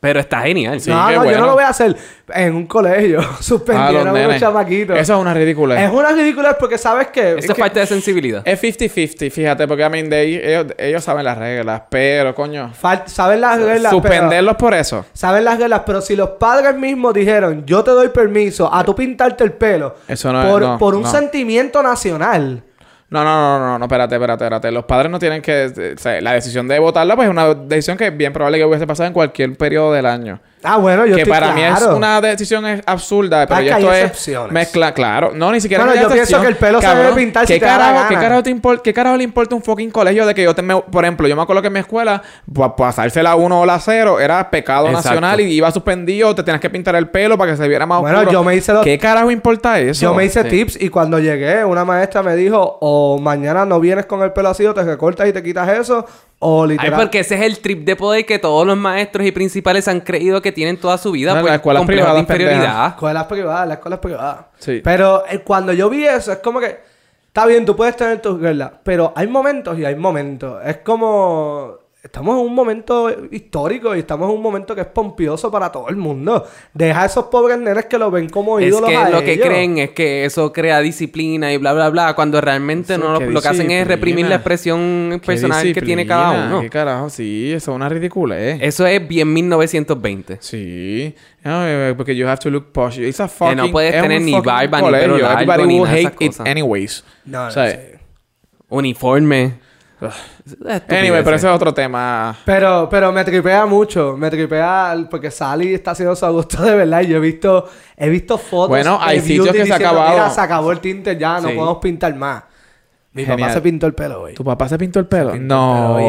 Speaker 1: Pero está genial.
Speaker 3: Sí,
Speaker 2: no,
Speaker 3: qué
Speaker 2: no, yo
Speaker 3: bueno.
Speaker 2: no lo voy a hacer. En un colegio
Speaker 3: Ah, los
Speaker 2: suspendieron a unos
Speaker 3: nenes.
Speaker 2: chamaquitos.
Speaker 3: Eso es una ridícula.
Speaker 2: Es una ridícula porque sabes que...
Speaker 1: Eso es falta de sensibilidad.
Speaker 3: Es 50-50, fíjate, porque a mí de ahí, ellos, ellos saben las reglas, pero coño,
Speaker 2: fal- saben las reglas, pero-
Speaker 3: suspenderlos por eso.
Speaker 2: Saben las reglas, pero si los padres mismos dijeron, yo te doy permiso a tú pintarte el pelo
Speaker 3: Eso no es-
Speaker 2: por,
Speaker 3: no,
Speaker 2: por un
Speaker 3: no.
Speaker 2: sentimiento nacional.
Speaker 3: No, no, no, no, no, espérate, espérate, espérate. Los padres no tienen que. eh, O sea, la decisión de votarla, pues es una decisión que es bien probable que hubiese pasado en cualquier periodo del año.
Speaker 2: Ah, bueno, yo
Speaker 3: que
Speaker 2: estoy
Speaker 3: para mí es
Speaker 2: claro.
Speaker 3: una decisión es- absurda, pero
Speaker 2: Ah,
Speaker 3: ya
Speaker 2: que
Speaker 3: esto
Speaker 2: hay
Speaker 3: es
Speaker 2: excepciones.
Speaker 3: mezcla, claro. No, ni siquiera
Speaker 2: Bueno,
Speaker 3: hay
Speaker 2: yo pienso
Speaker 3: excepción.
Speaker 2: que el pelo se
Speaker 3: Cabrón,
Speaker 2: debe pintar si
Speaker 3: ¿qué
Speaker 2: te da la
Speaker 3: carajo,
Speaker 2: gana?
Speaker 3: ¿qué carajo, te impor- ¿Qué carajo le importa un fucking colegio de que yo te me- por ejemplo, yo me acuerdo que en mi escuela pa- pasarse la 1 o la 0 era pecado
Speaker 1: Exacto.
Speaker 3: nacional y iba suspendido, te tenías que pintar el pelo para que se viera más
Speaker 2: Bueno,
Speaker 3: oscuro.
Speaker 2: yo me hice los-
Speaker 3: ¿Qué carajo importa eso?
Speaker 2: Yo me hice
Speaker 1: Sí.
Speaker 2: tips y cuando llegué, una maestra me dijo, o mañana no vienes con el pelo así o te recortas y te quitas eso, o
Speaker 1: Ay,
Speaker 2: literal...
Speaker 1: porque ese es el trip de poder que todos los maestros y principales han creído que tienen toda su vida.
Speaker 3: No,
Speaker 1: por
Speaker 3: las escuelas
Speaker 1: complejos de
Speaker 3: privadas, pendejas.
Speaker 1: inferioridad.
Speaker 2: Escuelas privadas, las escuelas privadas.
Speaker 3: Sí.
Speaker 2: Pero eh, cuando yo vi eso, es como que. Está bien, tú puedes tener tus reglas, pero hay momentos y hay momentos. Es como. Estamos en un momento histórico y estamos en un momento que es pompioso para todo el mundo. Deja a esos pobres nenes que lo ven como
Speaker 1: Es
Speaker 2: ídolos
Speaker 1: que
Speaker 2: a
Speaker 1: lo que
Speaker 2: ellos.
Speaker 1: creen es que eso crea disciplina y bla, bla, bla. Cuando realmente
Speaker 3: Eso,
Speaker 1: no,
Speaker 3: ¿qué
Speaker 1: lo, lo que hacen es
Speaker 3: disciplina?
Speaker 1: reprimir la expresión
Speaker 3: ¿Qué
Speaker 1: personal que tiene cada
Speaker 3: disciplina?
Speaker 1: uno.
Speaker 3: ¿Qué carajo? Sí, eso es una ridícula, ¿eh?
Speaker 1: Eso es bien 1920.
Speaker 3: Sí, No, eh, porque you have to look posh. It's a fucking,
Speaker 1: no puedes
Speaker 3: es un
Speaker 1: tener ni
Speaker 3: fucking
Speaker 1: barba, ni pelo largo,
Speaker 3: Everybody
Speaker 1: ni
Speaker 3: will
Speaker 1: nada de esas
Speaker 3: hate it
Speaker 1: cosas.
Speaker 3: anyways.
Speaker 2: No, no
Speaker 3: O sea,
Speaker 2: sé.
Speaker 1: Uniforme.
Speaker 3: Anyway,
Speaker 1: eh.
Speaker 3: pero ese es otro tema.
Speaker 2: Pero, pero me tripea mucho, me tripea el- porque Sally está haciendo su agosto de verdad y yo he visto, he visto fotos.
Speaker 3: Bueno,
Speaker 2: de
Speaker 3: hay sitios
Speaker 2: beauty
Speaker 3: que se ha
Speaker 2: diciendo,
Speaker 3: acabado.
Speaker 2: "Mira, se acabó el tinte ya, no
Speaker 1: Sí.
Speaker 2: podemos pintar más. Mi
Speaker 3: Genial.
Speaker 2: papá se pintó el pelo hoy.
Speaker 3: ¿Tu papá se pintó el pelo?
Speaker 2: Pero hoy el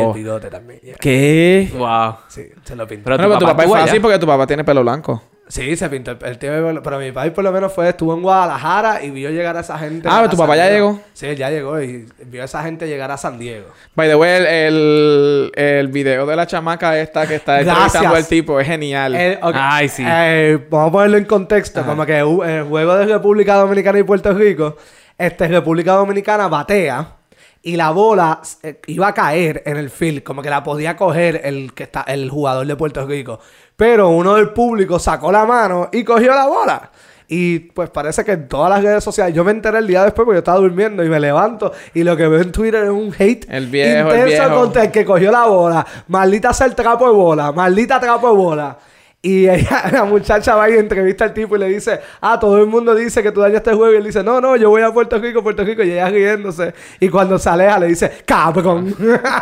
Speaker 3: No.
Speaker 2: bigote también. ya.
Speaker 3: ¿Qué?
Speaker 1: Wow.
Speaker 2: Sí, se lo pintó.
Speaker 1: Pero
Speaker 3: Bueno, pero tu papá es
Speaker 1: estuvo allá.
Speaker 3: fácil porque tu papá tiene pelo blanco.
Speaker 2: Sí, se pintó el, el tío, de pelo- pero mi país por lo menos fue, estuvo en Guadalajara y vio llegar a esa gente.
Speaker 3: Ah,
Speaker 2: a
Speaker 3: pero tu
Speaker 2: San
Speaker 3: papá ya
Speaker 2: Diego.
Speaker 3: llegó.
Speaker 2: Sí, ya llegó y vio a esa gente llegar a San Diego.
Speaker 3: By the way, el, el, el video de la chamaca esta que está
Speaker 2: Gracias.
Speaker 3: entrevistando al tipo es genial.
Speaker 2: Eh, ok.
Speaker 1: Ay, sí.
Speaker 2: Eh, vamos a ponerlo en contexto. Como que uh, el juego de República Dominicana y Puerto Rico, este República Dominicana batea y la bola eh, iba a caer en el field. Como que la podía coger el, que está, el jugador de Puerto Rico. Pero uno del público sacó la mano y cogió la bola. Y pues parece que en todas las redes sociales, yo me enteré el día después porque yo estaba durmiendo y me levanto y lo que veo en Twitter es un hate
Speaker 3: El viejo, el
Speaker 2: intenso
Speaker 3: viejo.
Speaker 2: contra el que cogió la bola. Maldita sea el trapo de bola, maldita trapo de bola. Y ella, la muchacha va y entrevista al tipo y le dice, ah, todo el mundo dice que tú dañaste el juego. Y él dice, no, no, yo voy a Puerto Rico, Puerto Rico. Y ella riéndose. Y cuando se aleja le dice, cabrón.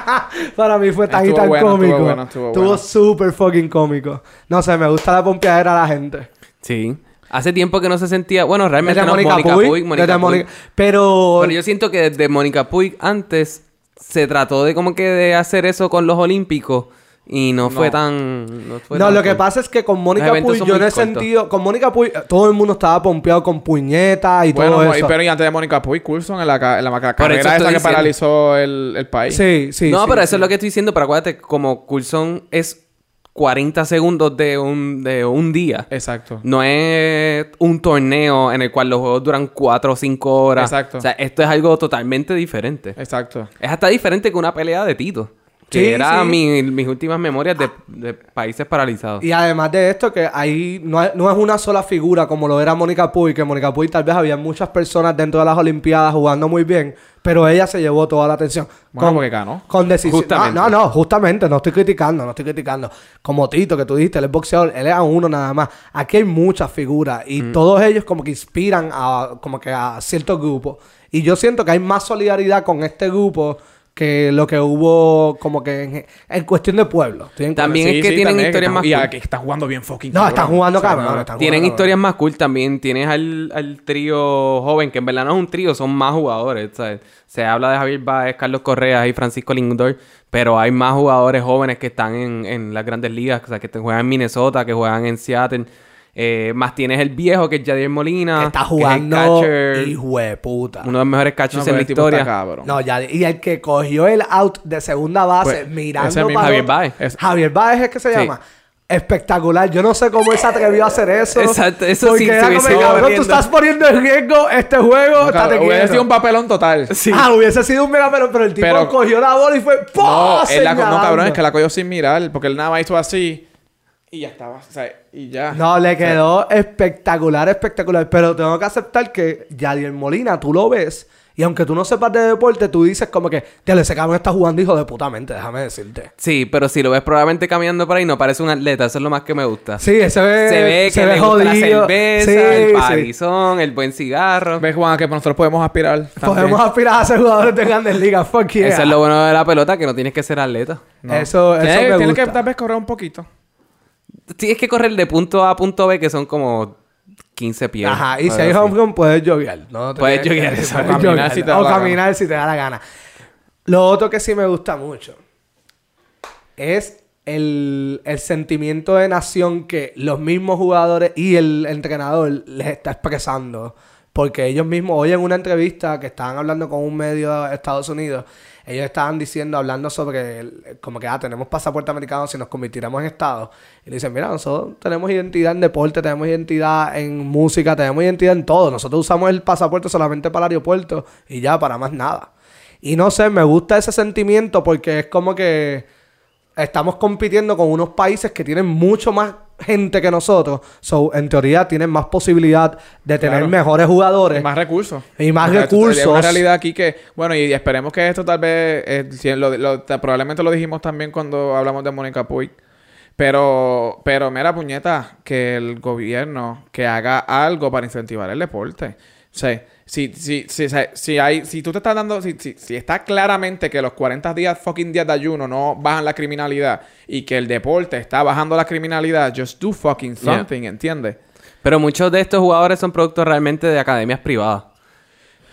Speaker 2: Para mí fue tan y
Speaker 3: Estuvo
Speaker 2: tan
Speaker 3: bueno, estuvo
Speaker 2: cómico.
Speaker 3: bueno, estuvo bueno.
Speaker 2: súper fucking cómico. No sé, me gusta la pompeadera a la gente.
Speaker 1: Sí. Hace tiempo que no se sentía... Bueno, realmente
Speaker 2: Desde
Speaker 1: no.
Speaker 2: Mónica Puig,
Speaker 1: Mónica
Speaker 2: desde
Speaker 1: Puig.
Speaker 2: Mónica- Pero...
Speaker 1: Pero yo siento que desde Mónica Puig antes se trató de como que de hacer eso con los olímpicos y no, fue tan... No, fue
Speaker 2: no,
Speaker 1: tan
Speaker 2: lo que
Speaker 1: cool.
Speaker 2: pasa es que con Mónica
Speaker 1: Pues Los eventos
Speaker 2: Puy
Speaker 1: son
Speaker 2: yo no
Speaker 1: muy
Speaker 2: he
Speaker 1: cortos.
Speaker 2: sentido... Con Mónica Puy eh, todo el mundo estaba pompeado con puñetas y
Speaker 3: bueno,
Speaker 2: todo
Speaker 3: y-
Speaker 2: eso.
Speaker 3: pero y antes de Mónica Puy, Coulson en la, ca- en la, maca-
Speaker 1: Por eso
Speaker 3: carrera esa
Speaker 1: estoy
Speaker 3: que
Speaker 1: diciendo.
Speaker 3: paralizó el, el país.
Speaker 2: Sí, sí,
Speaker 1: no,
Speaker 2: sí,
Speaker 1: pero
Speaker 2: sí.
Speaker 1: eso es lo que estoy diciendo. Pero acuérdate, como Coulson es 40 segundos de un, de un día.
Speaker 3: Exacto.
Speaker 1: No es un torneo en el cual los juegos duran 4 o 5 horas.
Speaker 3: Exacto.
Speaker 1: O sea, esto es algo totalmente diferente.
Speaker 3: Exacto.
Speaker 1: Es hasta diferente que una pelea de Tito. Que
Speaker 2: Sí,
Speaker 1: era
Speaker 2: sí.
Speaker 1: mi- mis últimas memorias de, de países paralizados.
Speaker 2: Y además de esto, que ahí no, es- no es una sola figura como lo era Mónica Puy, que Mónica Puy tal vez había muchas personas dentro de las Olimpiadas jugando muy bien, pero ella se llevó toda la atención.
Speaker 3: Bueno,
Speaker 2: Con-
Speaker 3: porque ganó.
Speaker 2: Con decisión.
Speaker 1: Justamente.
Speaker 2: No, no, no, justamente, no estoy criticando, no estoy criticando. Como Tito, que tú dijiste, él es boxeador, él es a uno nada más. Aquí hay muchas figuras y
Speaker 1: Mm.
Speaker 2: todos ellos como que inspiran a, como que a ciertos grupos. Y yo siento que hay más solidaridad con este grupo que lo que hubo como que en, en cuestión de pueblo. Estoy en-
Speaker 1: También es que tienen
Speaker 3: también
Speaker 1: historias
Speaker 3: está-
Speaker 1: más
Speaker 3: Y
Speaker 1: cool.
Speaker 3: aquí está jugando bien fucking
Speaker 2: No, están jugando cabrón.
Speaker 3: no, no.
Speaker 2: están
Speaker 1: Tienen
Speaker 2: jugando cabrón.
Speaker 1: historias más cool también. Tienes al, al trío joven, que en verdad no es un trío, son más jugadores. ¿sabes? Se habla de Javier Baez, Carlos Correa y Francisco Lindor, pero hay más jugadores jóvenes que están en, en las grandes ligas, o sea, que te- juegan en Minnesota, que juegan en Seattle. Eh, más tienes el viejo, que es Jadier Molina.
Speaker 2: que está
Speaker 1: que es el
Speaker 2: jugando
Speaker 1: catcher,
Speaker 2: hijo de puta.
Speaker 1: uno de los mejores catchers
Speaker 3: pero
Speaker 1: en la
Speaker 3: el tipo está
Speaker 1: historia.
Speaker 3: cabrón.
Speaker 2: No, ya, y el que cogió el out de segunda base
Speaker 3: Pues, ese
Speaker 2: mirando
Speaker 3: mismo.
Speaker 2: para
Speaker 1: Javier
Speaker 2: otro-
Speaker 1: Baez.
Speaker 3: Es-
Speaker 2: Javier Baez es que se
Speaker 1: Sí.
Speaker 2: llama. Espectacular. Yo no sé cómo él se atrevió a hacer eso.
Speaker 1: Exacto, eso
Speaker 2: porque
Speaker 1: sí se
Speaker 2: era como,
Speaker 1: hubiese-
Speaker 2: cabrón, tú
Speaker 1: corriendo.
Speaker 2: estás poniendo en riesgo este juego.
Speaker 3: No,
Speaker 2: estate
Speaker 3: cabrón, Hubiera
Speaker 2: quieto".
Speaker 3: sido un papelón total.
Speaker 2: Ah, hubiese sido un mega pero, pero el tipo
Speaker 3: Pero-
Speaker 2: cogió la bola y fue ¡pum!
Speaker 3: No, él la, no, cabrón, es que la cogió sin mirar, porque él nada más hizo así y ya estaba. O sea, y ya.
Speaker 2: No, le quedó espectacular, espectacular. Pero tengo que aceptar que Yadier Molina, tú lo ves. Y aunque tú no sepas de deporte, tú dices como que, te ese cabrón está jugando hijo de puta mente, déjame decirte.
Speaker 1: Sí, pero si lo ves probablemente caminando por ahí, no parece un atleta. Eso es lo más que me gusta.
Speaker 2: Sí, ese ve,
Speaker 1: se ve que
Speaker 2: se
Speaker 1: le
Speaker 2: ve
Speaker 1: gusta
Speaker 2: jodido.
Speaker 1: la cerveza,
Speaker 2: Sí,
Speaker 1: el
Speaker 2: sí.
Speaker 1: parizón, el buen cigarro.
Speaker 3: ¿Ves, Juan, que nosotros podemos aspirar? también?
Speaker 2: Podemos aspirar a ser jugadores de grandes ligas, fuck yeah.
Speaker 1: Eso es lo bueno de la pelota, que no tienes que ser atleta.
Speaker 3: No.
Speaker 2: Eso, eso
Speaker 3: Tienes que-
Speaker 2: me
Speaker 3: tienes que
Speaker 2: gusta.
Speaker 3: tal vez correr un poquito.
Speaker 1: Tienes que correr de punto A a punto B, que son como 15 pies.
Speaker 2: Ajá, y si
Speaker 1: Algo
Speaker 2: hay
Speaker 1: así.
Speaker 2: home run, puedes joguear. No, te
Speaker 1: Puedes
Speaker 2: tienes-
Speaker 1: joguear, eso,
Speaker 2: puedes
Speaker 3: caminar si te da
Speaker 2: o
Speaker 3: la gana.
Speaker 2: caminar si te da la gana. Lo otro que sí me gusta mucho es el, el sentimiento de nación que los mismos jugadores y el entrenador les está expresando. Porque ellos mismos, hoy en una entrevista que estaban hablando con un medio de Estados Unidos, ellos estaban diciendo, hablando sobre, el- como que, ah, tenemos pasaporte americano si nos convirtiéramos en Estado. Y dicen, mira, nosotros tenemos identidad en deporte, tenemos identidad en música, tenemos identidad en todo. Nosotros usamos el pasaporte solamente para el aeropuerto y ya, para más nada. Y no sé, me gusta ese sentimiento porque es como que estamos compitiendo con unos países que tienen mucho más gente que nosotros. So, en teoría, tienen más posibilidad de tener
Speaker 3: Claro.
Speaker 2: mejores jugadores.
Speaker 3: Y más recursos.
Speaker 2: Y más
Speaker 3: Porque esto-
Speaker 2: recursos.
Speaker 3: Hay una realidad aquí que, bueno, y esperemos que esto tal vez, eh, si lo- lo- ta- probablemente lo dijimos también cuando hablamos de Mónica Puig. Pero, pero mira, puñeta, que el gobierno que haga algo para incentivar el deporte. O sea, si, si, si, o sea, si hay, si tú te estás dando, si, si, si está claramente que los 40 días, fucking días de ayuno no bajan la criminalidad y que el deporte está bajando la criminalidad, just do fucking
Speaker 1: Yeah.
Speaker 3: something, ¿entiendes?
Speaker 1: Pero muchos de estos jugadores son productos realmente de academias privadas.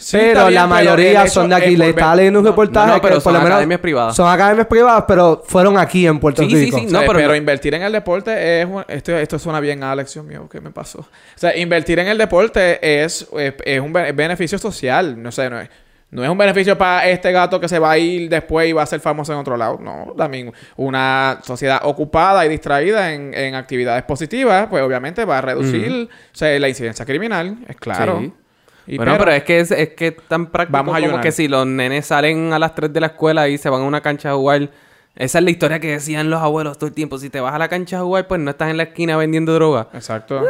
Speaker 3: Sí,
Speaker 2: pero
Speaker 3: está bien,
Speaker 2: la mayoría
Speaker 3: el hecho
Speaker 2: son de
Speaker 3: es
Speaker 2: aquí. Le
Speaker 3: volver-
Speaker 2: estaba leyendo un
Speaker 3: no,
Speaker 2: reportaje.
Speaker 1: no, no,
Speaker 2: que
Speaker 1: pero
Speaker 2: por
Speaker 1: son
Speaker 2: lo menos
Speaker 1: academias privadas.
Speaker 2: Son academias privadas, pero fueron aquí en Puerto
Speaker 1: Sí, sí,
Speaker 2: Rico.
Speaker 1: sí, No,
Speaker 3: No, pero,
Speaker 1: pero-
Speaker 3: invertir en el deporte es... un- Esto, esto suena bien, Alex, Dios mío, ¿qué me pasó? O sea, invertir en el deporte es, es, es un be- beneficio social. No sé, no es, no es un beneficio para este gato que se va a ir después y va a ser famoso en otro lado. No, también una sociedad ocupada y distraída en, en actividades positivas, pues obviamente va a reducir o sea, la incidencia criminal, es claro.
Speaker 1: Sí.
Speaker 3: Y
Speaker 1: bueno, pero, es que es, es que es tan práctico
Speaker 3: Vamos a
Speaker 1: como
Speaker 3: ayunar.
Speaker 1: que si los nenes salen a las 3 de la escuela y se van a una cancha a jugar. Esa es la historia que decían los abuelos todo el tiempo. Si te vas a la cancha a jugar, pues no estás en la esquina vendiendo droga.
Speaker 3: Exacto.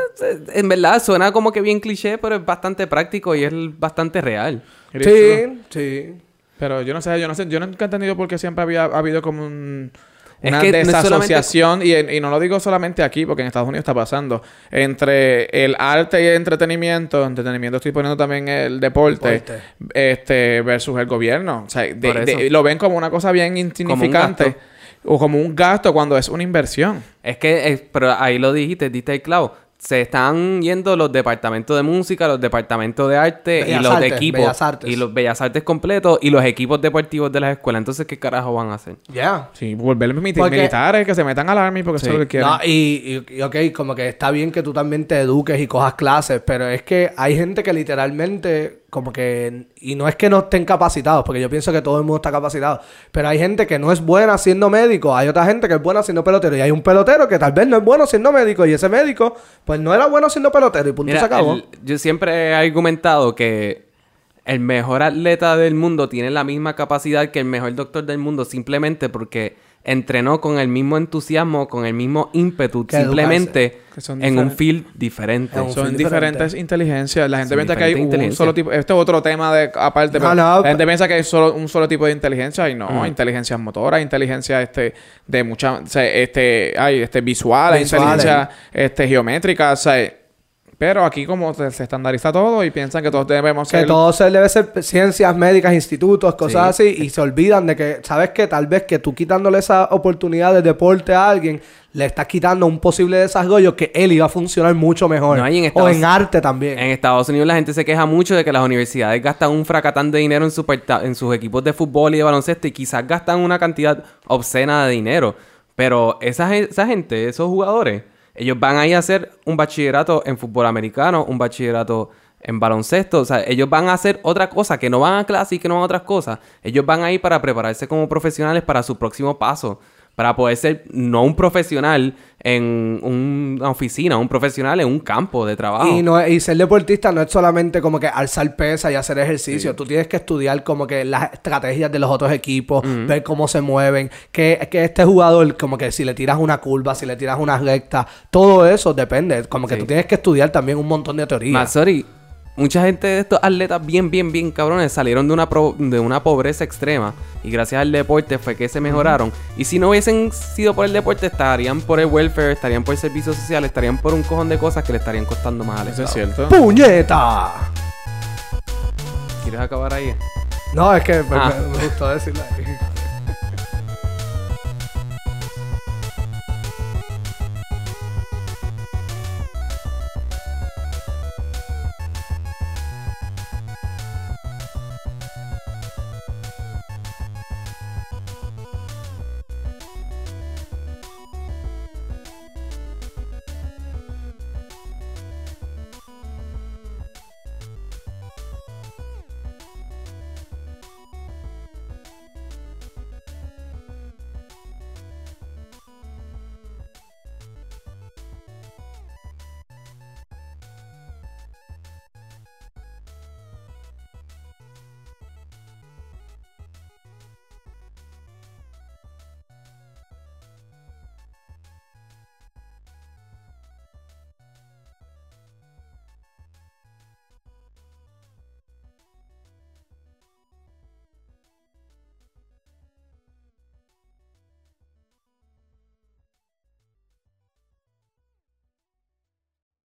Speaker 1: En verdad, suena como que bien cliché, pero es bastante práctico y es bastante real.
Speaker 3: It is true.
Speaker 2: Sí, sí.
Speaker 3: Pero yo no sé, yo no sé, yo nunca he entendido por qué siempre había ha habido como un-
Speaker 1: Es
Speaker 3: una
Speaker 1: que no es solamente-
Speaker 3: desasociación, y, en- y no lo digo solamente aquí, porque en Estados Unidos está pasando, entre el arte y el entretenimiento, entretenimiento estoy poniendo también el deporte,
Speaker 2: Deporte.
Speaker 3: este versus el gobierno. O sea, de-
Speaker 1: Por eso.
Speaker 3: de- lo ven como una cosa bien insignificante
Speaker 1: gasto.
Speaker 3: o como un gasto cuando es una inversión.
Speaker 1: Es que, eh, pero ahí lo dijiste, diste el clavo. Se están yendo los departamentos de música, los departamentos de arte
Speaker 2: Bellas
Speaker 1: y los
Speaker 2: Artes,
Speaker 1: de equipos.
Speaker 2: Bellas Artes.
Speaker 1: Y los bellas artes completos y los equipos deportivos de las escuelas. Entonces, ¿qué carajo van a hacer?
Speaker 2: Ya.
Speaker 3: Sí, volver mili-
Speaker 2: Porque-
Speaker 3: militares que se metan al army porque eso es lo que quieren.
Speaker 2: No, y, y, y, ok, como que está bien que tú también te eduques y cojas clases, pero es que hay gente que literalmente, como que, y no es que no estén capacitados, porque yo pienso que todo el mundo está capacitado, pero hay gente que no es buena siendo médico, hay otra gente que es buena siendo pelotero, y hay un pelotero que tal vez no es bueno siendo médico, y ese médico, pues no era bueno siendo pelotero, y punto
Speaker 1: Mira,
Speaker 2: se acabó.
Speaker 1: el- yo siempre he argumentado que el mejor atleta del mundo tiene la misma capacidad que el mejor doctor del mundo simplemente porque entrenó con el mismo entusiasmo, con el mismo ímpetu,
Speaker 2: Que
Speaker 1: simplemente
Speaker 3: Que son
Speaker 1: en un
Speaker 3: diferentes.
Speaker 1: field diferente.
Speaker 2: Es un
Speaker 3: Son
Speaker 2: fin
Speaker 3: diferentes
Speaker 2: diferente.
Speaker 3: inteligencias. La gente
Speaker 1: Son
Speaker 3: piensa que hay
Speaker 1: diferentes
Speaker 3: un solo
Speaker 1: inteligencias.
Speaker 3: tipo. Este es otro tema de aparte.
Speaker 2: No,
Speaker 3: pero
Speaker 2: no,
Speaker 3: la gente piensa que hay solo, un solo tipo de inteligencia. Y no, inteligencias motoras, inteligencia este, de muchas. O sea, este, ay, este, visuales,
Speaker 2: Visuales.
Speaker 3: inteligencia este, geométrica. O sea, pero aquí como se, se estandariza todo y piensan que todos debemos
Speaker 2: Que
Speaker 3: ser.
Speaker 2: todo se debe ser ciencias médicas, institutos, cosas así, y se olvidan de que, ¿sabes qué? Tal vez que tú quitándole esa oportunidad de deporte a alguien, le estás quitando un posible desarrollo que él iba a funcionar mucho mejor.
Speaker 1: No, y en
Speaker 2: o
Speaker 1: Estados-
Speaker 2: en arte también.
Speaker 1: En Estados Unidos la gente se queja mucho de que las universidades gastan un fracatán de dinero en, su parta- en sus equipos de fútbol y de baloncesto y quizás gastan una cantidad obscena de dinero. Pero esa, gen- esa gente, esos jugadores, ellos van ahí a hacer un bachillerato en fútbol americano, un bachillerato en baloncesto. O sea, ellos van a hacer otra cosa, que no van a clase y que no van a otras cosas. Ellos van ahí para prepararse como profesionales para su próximo paso. Para poder ser no un profesional en una oficina, un profesional en un campo de trabajo.
Speaker 2: Y, no, es- y ser deportista no es solamente como que alzar pesas y hacer ejercicio. Tú tienes que estudiar como que las estrategias de los otros equipos, ver cómo se mueven, que, que este jugador, como que si le tiras una curva, si le tiras una recta, todo eso depende. Como que
Speaker 1: Sí.
Speaker 2: tú tienes que estudiar también un montón de teorías.
Speaker 1: Más, sorry, mucha gente de estos atletas bien, bien, bien cabrones salieron de una, pro- de una pobreza extrema y gracias al deporte fue que se mejoraron. Y si no hubiesen sido por el deporte, estarían por el welfare, estarían por el servicio social, estarían por un cojón de cosas que le estarían costando más al
Speaker 3: Eso
Speaker 1: Estado.
Speaker 3: es cierto.
Speaker 2: ¡Puñeta!
Speaker 1: ¿Quieres acabar ahí?
Speaker 2: No, es que me-
Speaker 1: Ah.
Speaker 2: me, me gustó decirlo. ahí.